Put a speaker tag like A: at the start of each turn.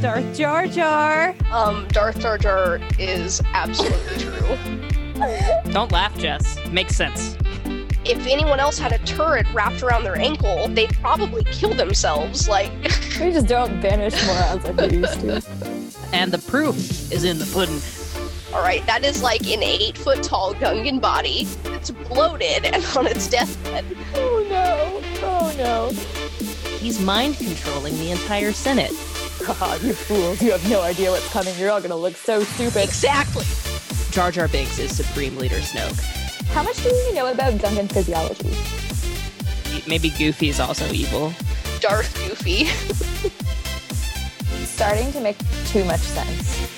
A: Darth Jar Jar.
B: Um, Darth Jar Jar is absolutely true.
C: Don't laugh, Jess. Makes sense.
B: If anyone else had a turret wrapped around their ankle, they'd probably kill themselves. Like,
D: We just don't banish morons like we used to.
C: And the proof is in the pudding.
B: all right, that is like an eight foot tall Gungan body. It's bloated and on its deathbed.
D: Oh no! Oh no!
C: He's mind controlling the entire Senate.
D: Haha, you fools! You have no idea what's coming. You're all gonna look so stupid.
B: Exactly.
C: Jar Jar Binks is Supreme Leader Snoke.
D: How much do you know about Gungan physiology?
C: Maybe Goofy is also evil.
B: Darth Goofy.
D: Starting to make too much sense.